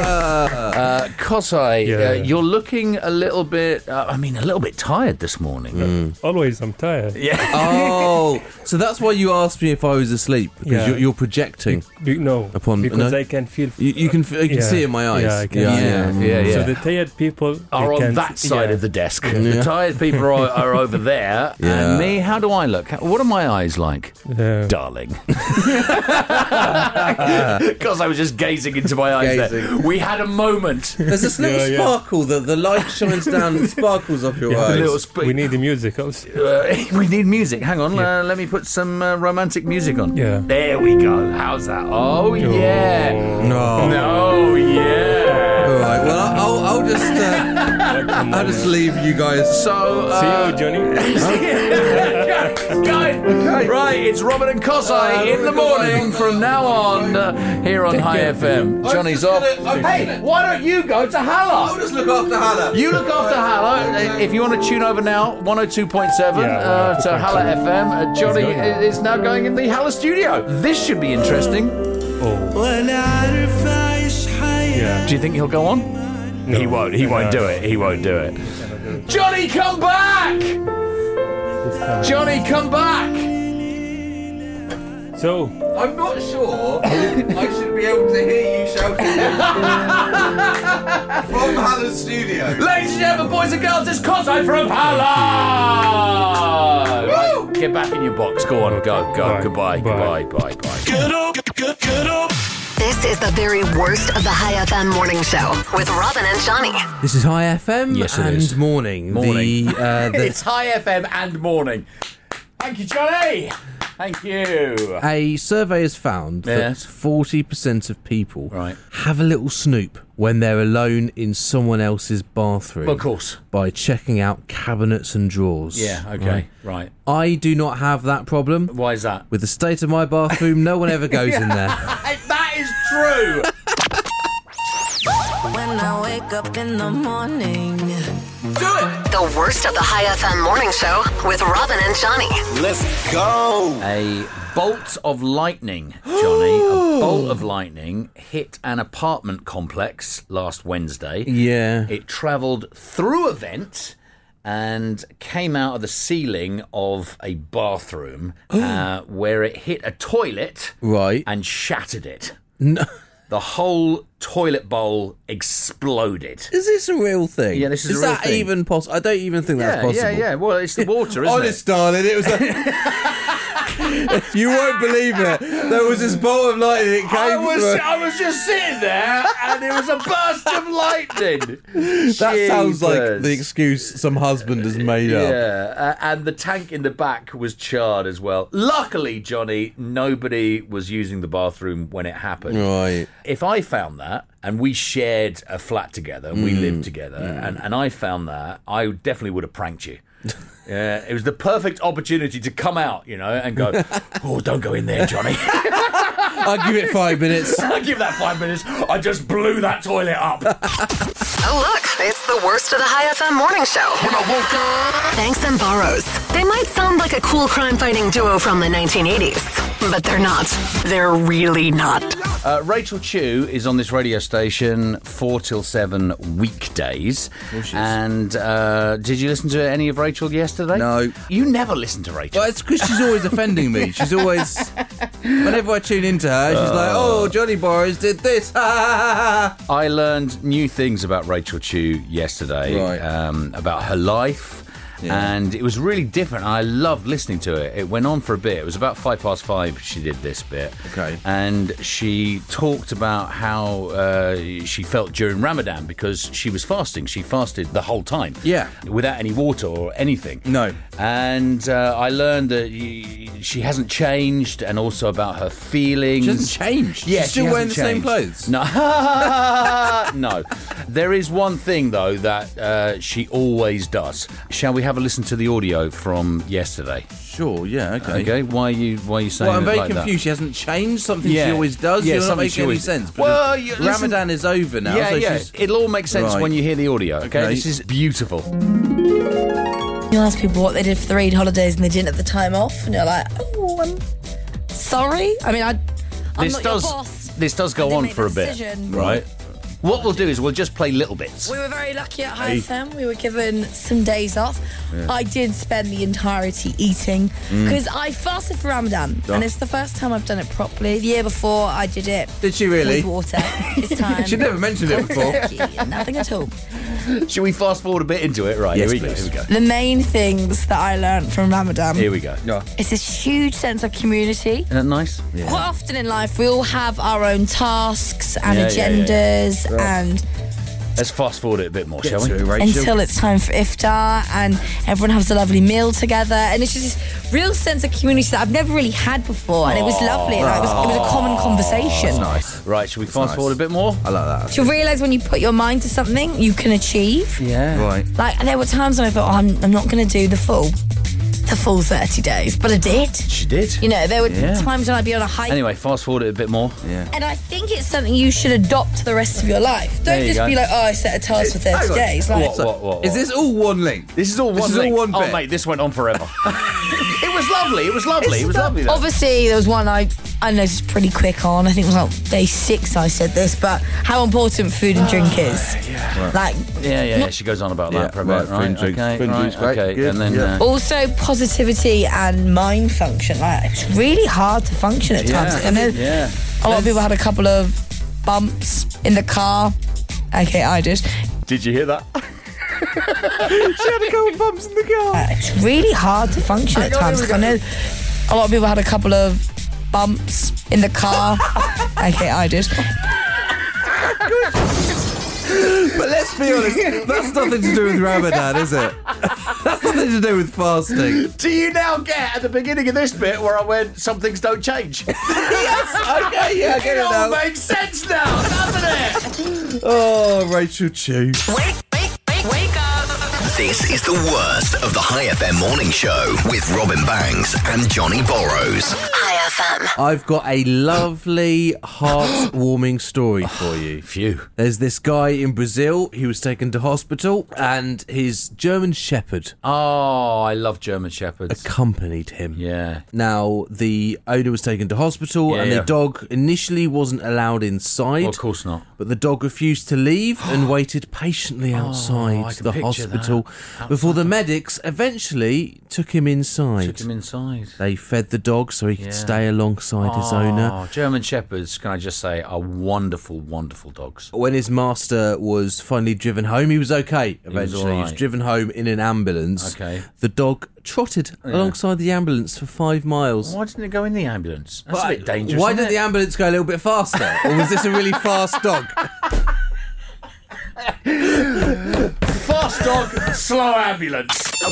Ah! uh, Kosai, Yeah. uh, you're looking a little bit. Uh, I mean, a little bit tired this morning. Always, I'm tired. Yeah. oh, so that's why you asked me if I was asleep because Yeah. you're, you're projecting. Be- no. Upon- because no? I can feel. You, you can f- you can Yeah. see in my eyes. Yeah, I can see Mm. Yeah, yeah, yeah. So the tired people Are they on can- that side yeah. of the desk. The tired people are, are over there, Yeah. and me. How do I look? How- What are my eyes like, Yeah. darling? Because I was just gazing into my eyes. There. Gazing. We had a moment. There's this little Yeah, yeah. sparkle that the light shines down and sparkles off your A eyes. little sp- We need the music also. Uh, we need music. Hang on, uh, let me put some uh, romantic music on. Yeah. There we go. How's that? Oh, yeah. No. No, oh, yeah. Oh. All Oh. right. Well, I- I'll, I'll just uh, I'll just leave you guys. So, See uh, you, Johnny. guys, right, it's Robin and Kosai in the morning from now on uh, here on High FM. Johnny's off. Hey, why don't you go to Hala? just look after Hannah. You look after Hala. uh, If you want to tune over now, 102.7 Yeah, uh, to 102.7. Hala FM. Uh, Johnny going. i- is now going in the Hala studio. This should be interesting. Oh, Do yeah. you think he'll go on? No. No. it. He won't do it. Johnny, come back! Johnny, come back! So. I'm not sure I should be able to hear you shouting from Hannah's studio. Ladies and gentlemen, boys and girls, it's Cosmo from Hala! Right, get back in your box. Go on, go, go. Bye. Bye. Goodbye, goodbye, bye, bye. Good up, good, good up. This is the very worst of the High FM morning show with Robin and Johnny. This is High FM Yes, it and is. morning. Morning. The, uh, the It's High FM and morning. Thank you, Johnny! Thank you. A survey has found Yes. that 40% of people Right. have a little snoop when they're alone in someone else's bathroom Of course. by checking out cabinets and drawers. Yeah, Right. okay, right. I do not have that problem. Why is that? With the state of my bathroom, no one ever goes in there. That is true! When I wake up in the morning. The worst of the High FM morning show with Robin and Johnny. Let's go. A bolt of lightning, Johnny. a bolt of lightning hit an apartment complex last Wednesday. Yeah. It travelled through a vent and came out of the ceiling of a bathroom uh, where it hit a toilet Oh. Right. and shattered it. The whole toilet bowl exploded. Is this a real thing? Yeah, this is a Is real that thing. even possible? I don't even think that's yeah, yeah, possible. yeah. Well, it's the water, isn't Honest, darling, it was a. you won't believe it. There was this bolt of lightning. It came I was through. I was just sitting there, and it was a burst of lightning. That sounds like Jeepers. the excuse some husband has made up. Yeah, uh, and the tank in the back was charred as well. Luckily, Johnny, nobody was using the bathroom when it happened. Right. If I found that, and we shared a flat together, and we lived together, and, and I found that, I definitely would have pranked you. Yeah, it was the perfect opportunity to come out, you know, and go, oh, don't go in there, Johnny. I'll give it five minutes. I'll give that five minutes. I just blew that toilet up. Oh, look, it's the worst of the High FM morning show. Banks and Burrows. They might sound like a cool crime fighting duo from the 1980s, but they're not. They're really not. Uh, Rachel Chu is on this radio station four till seven weekdays. And uh, did you listen to any of Rachel yesterday? No. You never listen to Rachel. Well, it's because she's always offending me. She's always, whenever I tune into her, she's like, Oh. "Oh, Johnny Borrows did this." I learned new things about Rachel Chu yesterday um, about her life. And it was really different. I loved listening to it. It went on for a bit. It was about five past five. She did this bit. Okay. And she talked about how uh, she felt during Ramadan because she was fasting. She fasted the whole time. Yeah. Without any water or anything. No. And uh, I learned that y- she hasn't changed and also about her feelings. She hasn't changed. Mm. Yeah, She's still she hasn't wearing the same changed. clothes. No. no. There is one thing, though, that uh, she always does. Shall we have a listen to the audio from yesterday? Sure, yeah, okay. Okay, why are you, why are you saying Well, I'm it very like that? confused. She hasn't changed something Yeah. she always does. Yeah, You're not something she making any always- sense. because Well, you- listen- Ramadan is over now. Yeah, so yeah. She's... It'll all make sense Right. when you hear the audio, okay? Okay. This is beautiful. You ask people what they did for their Eid holidays and they didn't at the time off, and you're like, oh, I'm sorry. I mean, I, I'm this not does your boss. this does go on for a bit, decision. right? What we'll do is we'll just play little bits. We were very lucky at Hey. High FM. We were given some days off. Yeah. I did spend the entirety eating Mm. because I fasted for Ramadan, Oh. and it's the first time I've done it properly. The year before, I did it. Did she really? With water. It's time. She never mentioned it before. Nothing at all. Should we fast forward a bit into it? Right, Yes, here we please. go. Here we The main things that I learned from Ramadan. go. Here we go. It's this huge sense of community. Isn't that nice? Quite often in life, we all have our own tasks and Yeah, yeah, yeah, yeah. agendas Right. and Let's fast forward it a bit more, shall we? until it's time for iftar and everyone has a lovely meal together and it's just this real sense of community that I've never really had before and it was lovely like, it, was, it was a common conversation nice. Right, should we fast forward a bit more? I like to realise when you put your mind to something you can achieve Yeah. Right. like there were times when I thought oh, I'm, I'm not going to do the full the full 30 days but I did She did. you know there were Yeah. times when I'd be on a hike Anyway, fast forward it a bit more. Yeah. and I think it's something you should adopt to the rest of your life. Don't There you just go. be like, oh, I set a task for 30 days. Like, what, what, what, what? Is this all one link? This is all This one is all link. one Oh, bit. mate, this went on forever. it was lovely. It was lovely. It was lovely. Though. Obviously, there was one I I noticed pretty quick on. I think it was like day six. I said this, but how important food and drink is. Right. Like, Yeah, yeah, yeah. not- She goes on about Yeah, that for a bit, right, right? fringe drinks, okay, fringe right, drinks, great, okay, good, and then yeah. uh, Also, positivity and mind function. Like, it's really hard to function at times. Like, I know yeah. a lot of people had a couple of bumps in the car. Okay, I did. Did you hear that? she had a couple bumps in the car. it's really hard to function at Hang on, times. here 'cause I know a lot of people had a couple of bumps in the car. okay, I did. but let's be honest, that's nothing to do with Ramadan, is it? that's nothing to do with fasting. Do you now get at the beginning of this bit where I went, some things don't change? yes, okay, yeah, I get it all now. makes sense now, doesn't it? Oh, Rachel Chu. This is the worst of the High FM morning show with Robin Banks and Johnny Borrows. High FM. I've got a lovely, heartwarming story for you. Phew. There's this guy in Brazil who was taken to hospital, and his German Shepherd Oh, I love German Shepherds. accompanied him. Yeah. Now, the owner was taken to hospital, Yeah, and yeah. the dog initially wasn't allowed inside. Well, of course not. But the dog refused to leave and waited patiently outside Oh, I can the picture hospital that. before the medics eventually took him inside. Took him inside. They fed the dog so he could Yeah. stay alongside his owner. Oh, German Shepherds, can I just say, are wonderful, wonderful dogs. When his master was finally driven home, he was okay was eventually. He was, alright. driven home in an ambulance. Okay. The dog trotted Yeah. alongside the ambulance for five miles. Why didn't it go in the ambulance? That's But a bit dangerous. Why isn't didn't the it? ambulance go a little bit faster? or was this a really fast dog? Fast dog, slow ambulance. This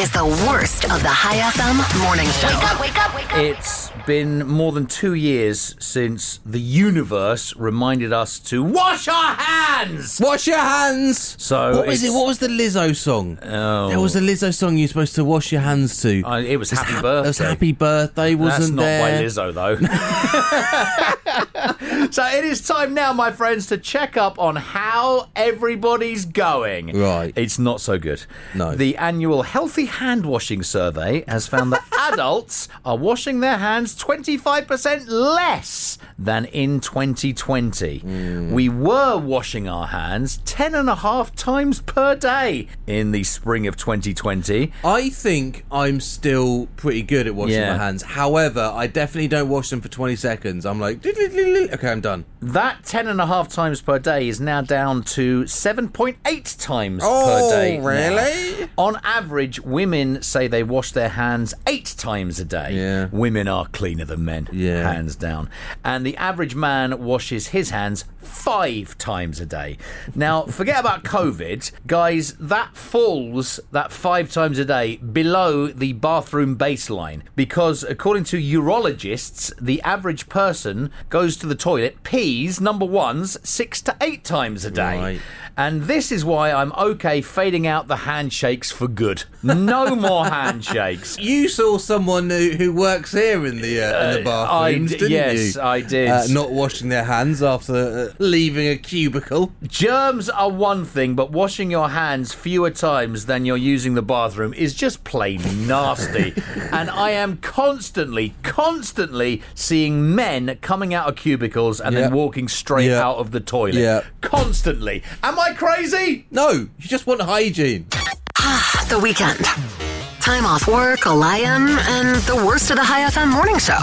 is the worst of the High FM morning show. Wake up, wake up, wake It's been more than two years since the universe reminded us to wash our hands. Wash your hands. So what was it's- it? What was the Lizzo song? Oh. There was a Lizzo song you're supposed to wash your hands to. Uh, it was happy That birthday. was Happy Birthday, wasn't That's not by there? Lizzo, though. so it is time now, my friends, to check up on how everybody's going. Right. It's not so good. No. The annual Healthy Hand Washing Survey has found that adults are washing their hands 25% less than in 2020. We were washing our hands 10 and a half times per day in the spring of 2020. I think I'm still pretty good at washing Yeah. my hands. However, I definitely don't wash them for 20 seconds. I'm like, okay, I'm done. That 10 and a half times per day is now down to 7.8 times Oh, per day. now. really? On average, women say they wash their hands eight times a day. Women are cleaner than men, hands down. And the average man washes his hands five times a day. Now, forget about COVID. Guys, that falls, that five times a day, below the bathroom baseline. Because according to urologists, the average person goes to the toilet, pees, number ones, six to eight times a day. And this is why I'm okay fading out the handshakes for good. No more handshakes. You saw someone who, who works here in the uh, in the Uh, I bathrooms, d- didn't yes, you? I did. Uh, not washing their hands after uh, leaving a cubicle. Germs are one thing, but washing your hands fewer times than you're using the bathroom is just plain nasty. and I am constantly, constantly seeing men coming out of cubicles and then walking straight out of the toilet. Constantly. Am I crazy? No, you just want hygiene. the weekend. Time off work, a lion, and the worst of the High FM morning show.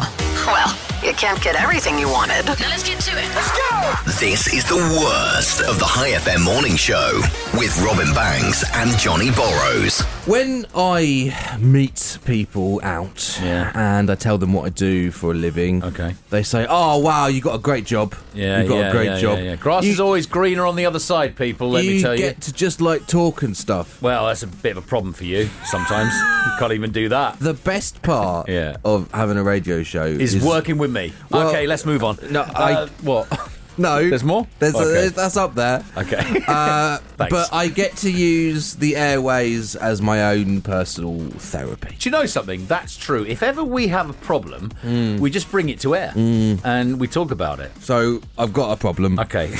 Well, you can't get everything you wanted. Now let's get to it. Let's go. This is the worst of the High FM morning show with Robin Banks and Johnny Borrows. When I meet people out and I tell them what I do for a living, okay, they say, "Oh wow, you got a great job. Yeah, you got yeah, a great yeah, job. yeah, yeah. Grass is always greener on the other side, people, let me tell get you. to just like talk and stuff. Well, that's a bit of a problem for you sometimes. you can't even do that. The best part of having a radio show Is working with me. Well, okay, let's move on. No, I- what? No, There's more? There's, Okay. there's- that's up there. Okay. Uh, Thanks. but I get to use the airways as my own personal therapy. Do you know something? That's true. If ever we have a problem, we just bring it to air and we talk about it. So I've got a problem. Okay.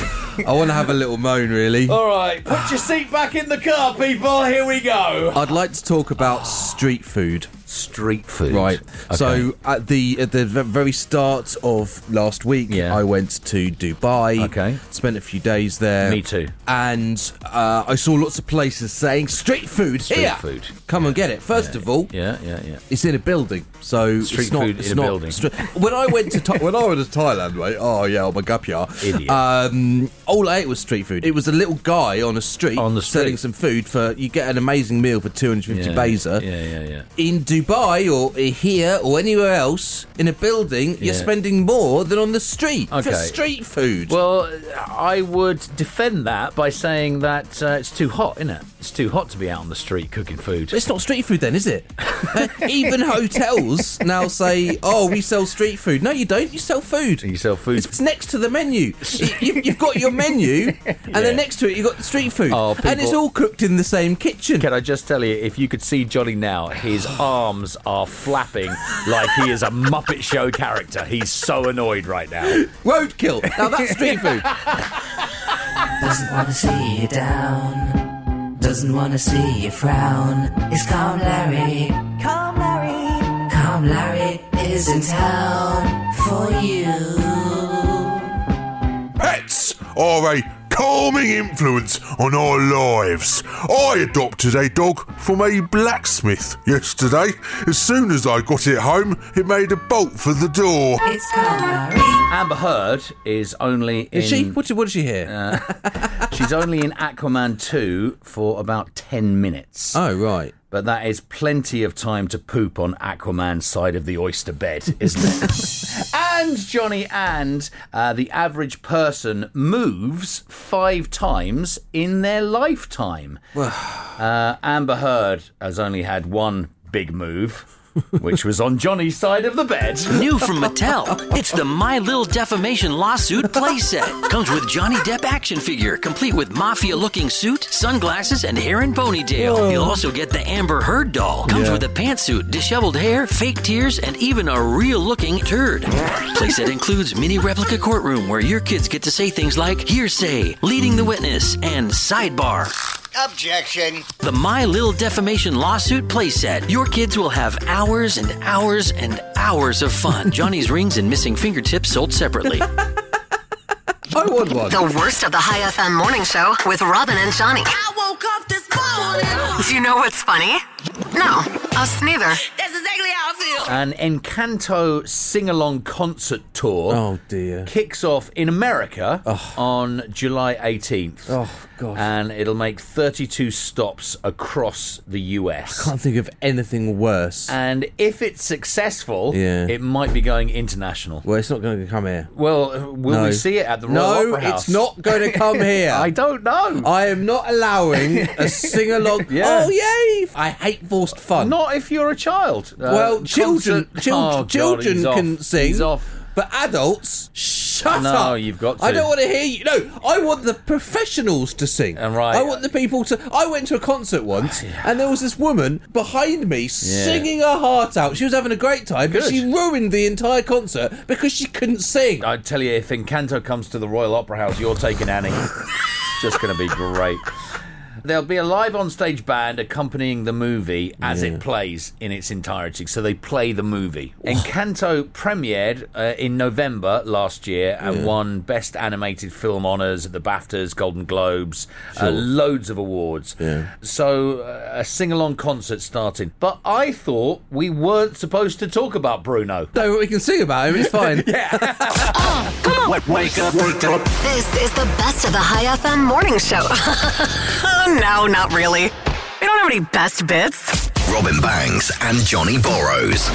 I want to have a little moan, really. All right, put your seat back in the car, people. Here we go. I'd like to talk about street food. Street food. Right. So at the at the ve- very start of last week, I went to Dubai. Okay. Spent a few days there. Me too. And uh, I saw lots of places saying street food Street here. food. Come and get it. First of all, Yeah, yeah, yeah. It's in a building, so Street it's not, food it's in a not building. stre- when I went to Tha- when I went to Thailand, mate. Oh yeah, I'm a gap year. Idiot. Um, all I ate was street food. It was a little guy on a street on the selling street. some food for you get an amazing meal for 250 Yeah, baser. Yeah, yeah, yeah. In Dubai or here or anywhere else in a building, Yeah. you're spending more than on the street Okay. for street food. Well, I would defend that by saying that uh, it's too hot, isn't it? It's too hot to be out on the street cooking food. It's not street food then, is it? Even hotels now say, "Oh, we sell street food." No, you don't. You sell food. You sell food. It's next to the menu. You- You've got your menu, and then next to it you've got the street food, Oh, and it's people- all cooked in the same kitchen. Can I just tell you, if you could see Johnny now, his arms are flapping like he is a Muppet Show character. He's so annoyed right now. Roadkill. Now that's street food. Doesn't wanna see you down. Doesn't wanna see you frown. It's Calm Larry. Calm Larry. Calm Larry is in town for you. Pets are a calming influence on our lives. I adopted a dog from a blacksmith yesterday. As soon as I got it home, it made a bolt for the door. It's Calm Larry. Amber Heard is only in. Is she? What, what is she here? Uh, she's only in Aquaman 2 for about 10 minutes. Oh, right. But that is plenty of time to poop on Aquaman's side of the oyster bed, isn't it? and, Johnny, and uh, the average person moves five times in their lifetime. uh, Amber Heard has only had one big move, which was on Johnny's side of the bed. New from Mattel. It's the My Little Defamation Lawsuit playset. Comes with Johnny Depp action figure, complete with mafia looking suit, sunglasses, and hair in ponytail. Whoa. You'll also get the Amber Heard doll. Comes Yeah. with a pantsuit, disheveled hair, fake tears, and even a real looking turd. Playset includes mini replica courtroom where your kids get to say things like hearsay, leading the witness, and sidebar. Objection. The My Little Defamation Lawsuit playset. Your kids will have hours and hours and hours of fun. Johnny's rings and missing fingertips sold separately. I want one. The worst of the High FM morning show with Robin and Johnny. I woke up this morning. Do you know what's funny? No, us neither. That's exactly how I feel. An Encanto sing along concert tour. Oh dear! Kicks off in America on July 18th. Oh god! And it'll make 32 stops across the US. Can't think of anything worse. And if it's successful, Yeah. it might be going international. Well, it's not going to come here. Well, uh, will No. we see it at the Royal No, Opera House? it's not Oh. going to come here. I don't know. I am not allowing a sing along. Yeah. Oh, yay! I hate forced fun. Not if you're a child. Uh, well, children, concert- children, Oh, God, children he's off. can sing. He's off. But adults, shut No, up! you've got I to. don't want to hear you. No, I want the professionals to sing. And right. I want the people to. I went to a concert once, and there was this woman behind me singing her heart out. She was having a great time, but Good. she ruined the entire concert because she couldn't sing. I tell you, if Encanto comes to the Royal Opera House, you're taking Annie. It's Just going to be great. There'll be a live on stage band accompanying the movie as it plays in its entirety. So they play the movie. Encanto premiered uh, in November last year and won Best Animated Film honours at the BAFTAs, Golden Globes, uh, Sure. loads of awards. So uh, a sing along concert started. But I thought we weren't supposed to talk about Bruno. No, but we can sing about him. It's fine. Come on. Wake up, wake up. This is the best of the High FM morning show. oh, no, not really. We don't have any best bits. Robin Banks and Johnny Borrows.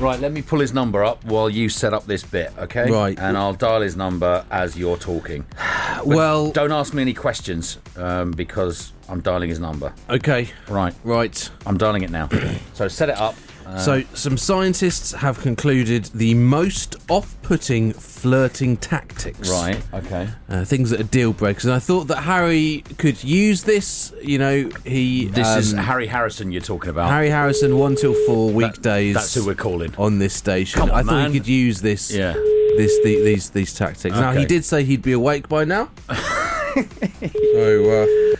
Right, let me pull his number up while you set up this bit, okay? Right. And I'll dial his number as you're talking. But Well- don't ask me any questions um, because I'm dialing his number. Okay. Right. Right. I'm dialing it now. so set it up. Uh, So, some scientists have concluded the most off putting flirting tactics. Right, okay. Uh, things that are deal breakers. And I thought that Harry could use this. You know, he. This is um, Harry Harrison you're talking about. Harry Harrison, 1 till 4 weekdays. that's who we're calling. On this station. Come on, I thought man. he could use this. Yeah. This, the, these, these tactics. Now, he Okay. did say he'd be awake by now. so, uh,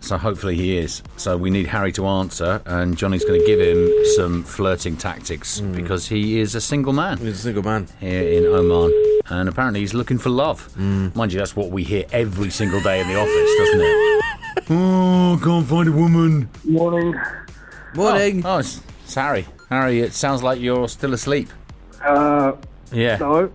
So hopefully he is. So we need Harry to answer, and Johnny's going to give him some flirting tactics Hmm. because he is a single man. He's a single man here in Oman, and apparently he's looking for love. Hmm. Mind you, that's what we hear every single day in the office, doesn't it? Oh, can't find a woman. Morning. Morning. Oh, it's, it's Harry. Harry, it sounds like you're still asleep. Uh, Yeah. No.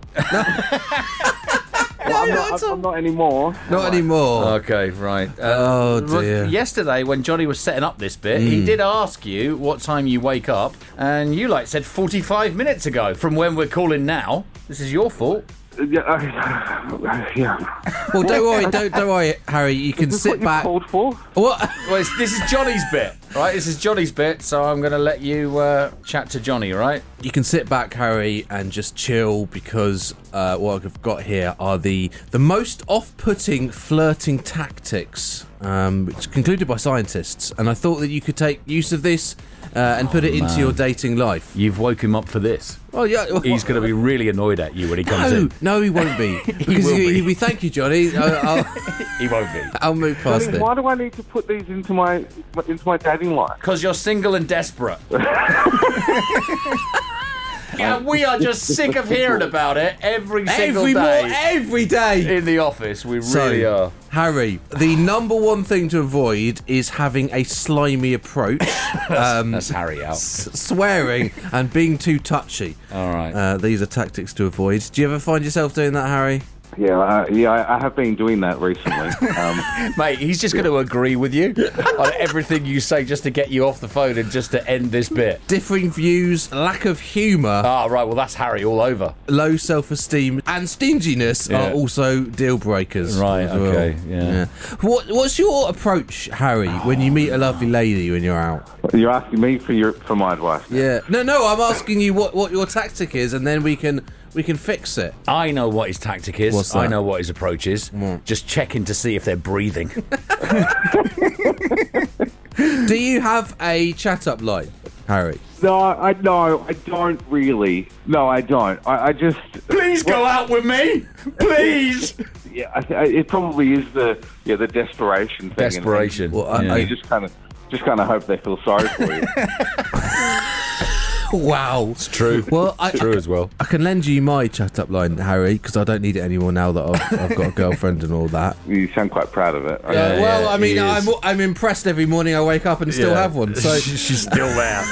Well, I'm, not, I'm not anymore. Not anymore. Okay, right. Uh, oh well, dear. Yesterday, when Johnny was setting up this bit, he Mm. did ask you what time you wake up, and you like said 45 minutes ago from when we're calling now. This is your fault. Yeah. uh, yeah. Well, don't worry, don't don't worry, Harry. You can sit back. What? Well, it's, this is Johnny's bit, right? This is Johnny's bit, so I'm going to let you uh, chat to Johnny, all right? You can sit back, Harry, and just chill because uh, what I've got here are the the most off-putting flirting tactics, um, which concluded by scientists. And I thought that you could take use of this uh, and put it into Oh, man. your dating life. You've woke him up for this. Well, yeah. He's going to be really annoyed at you when he comes no, in. no, he won't be because will he be. he'll be. Thank you, Johnny. I'll, I'll, He won't be. I'll move past Johnny, it. why do I need to put these into my into my dating life? Because you're single and desperate. and we are just sick of hearing about it every e- single Every day. mor- every day. In the office, we So, really are. Harry, the number one thing to avoid is having a slimy approach. um, that's Harry out. swearing and being too touchy. All right. Uh, these are tactics to avoid. Do you ever find yourself doing that, Harry? Yeah, uh, yeah, I, I have been doing that recently. Um, Mate, he's just going to agree with you on everything you say just to get you off the phone and just to end this bit. Differing views, lack of humour, Ah, right, well, that's Harry all over. low self-esteem, and stinginess Yeah. are also deal breakers. Right, as well. okay, yeah. What What's your approach, Harry, when you meet a lovely lady when you're out? you're asking me for your for my advice. Yeah. No, no. I'm asking you what, what your tactic is, and then we can we can fix it. I know what his tactic is. What's I that? know what his approach is. Just checking to see if they're breathing. Do you have a chat up line, Harry? No, I no, I don't really. No, I don't. I, I just. Please go out with me, please. yeah, I, I, it probably is the yeah the desperation thing. Desperation. Well, I, Yeah. you just kind of just kind of hope they feel sorry for you. Wow, it's true. Well, I, True as well. I can lend you my chat up line, Harry, because I don't need it anymore now that I've, I've got a girlfriend and all that. You sound quite proud of it. Yeah, well, I mean, I'm, I'm impressed every morning I wake up and still have one. So she's still there.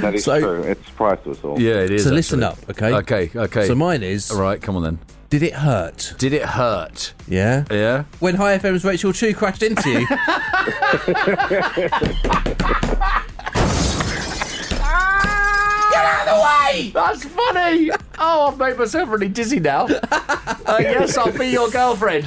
that is true. It's priceless. All. Yeah, it is. So listen actually. up, okay? Okay, okay. So mine is- All right, come on then. Did it hurt? Did it hurt? Yeah. Yeah. When High FM's Rachel Chu crashed into you. Get out of the way! That's funny. Oh, I've made myself really dizzy now. Uh, yes, I'll be your girlfriend.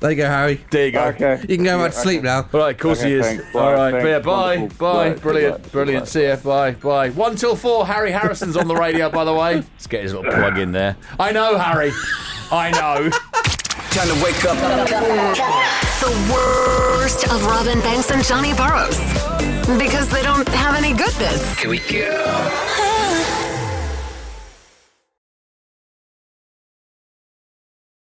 there you go, Harry. There you go. Okay. You can go back to sleep now. All right, of course Okay, he is. thanks. Bye, All right, thanks. yeah, bye, Wonderful. bye, Right, brilliant, right, brilliant. right. See ya, bye, bye. One till four. Harry Harrison's on the radio, by the way. Let's get his little plug in there. I know, Harry. I know. Time to wake up. The worst of Robin Banks and Johnny Burrows. Because they don't have any good bits. Here we go.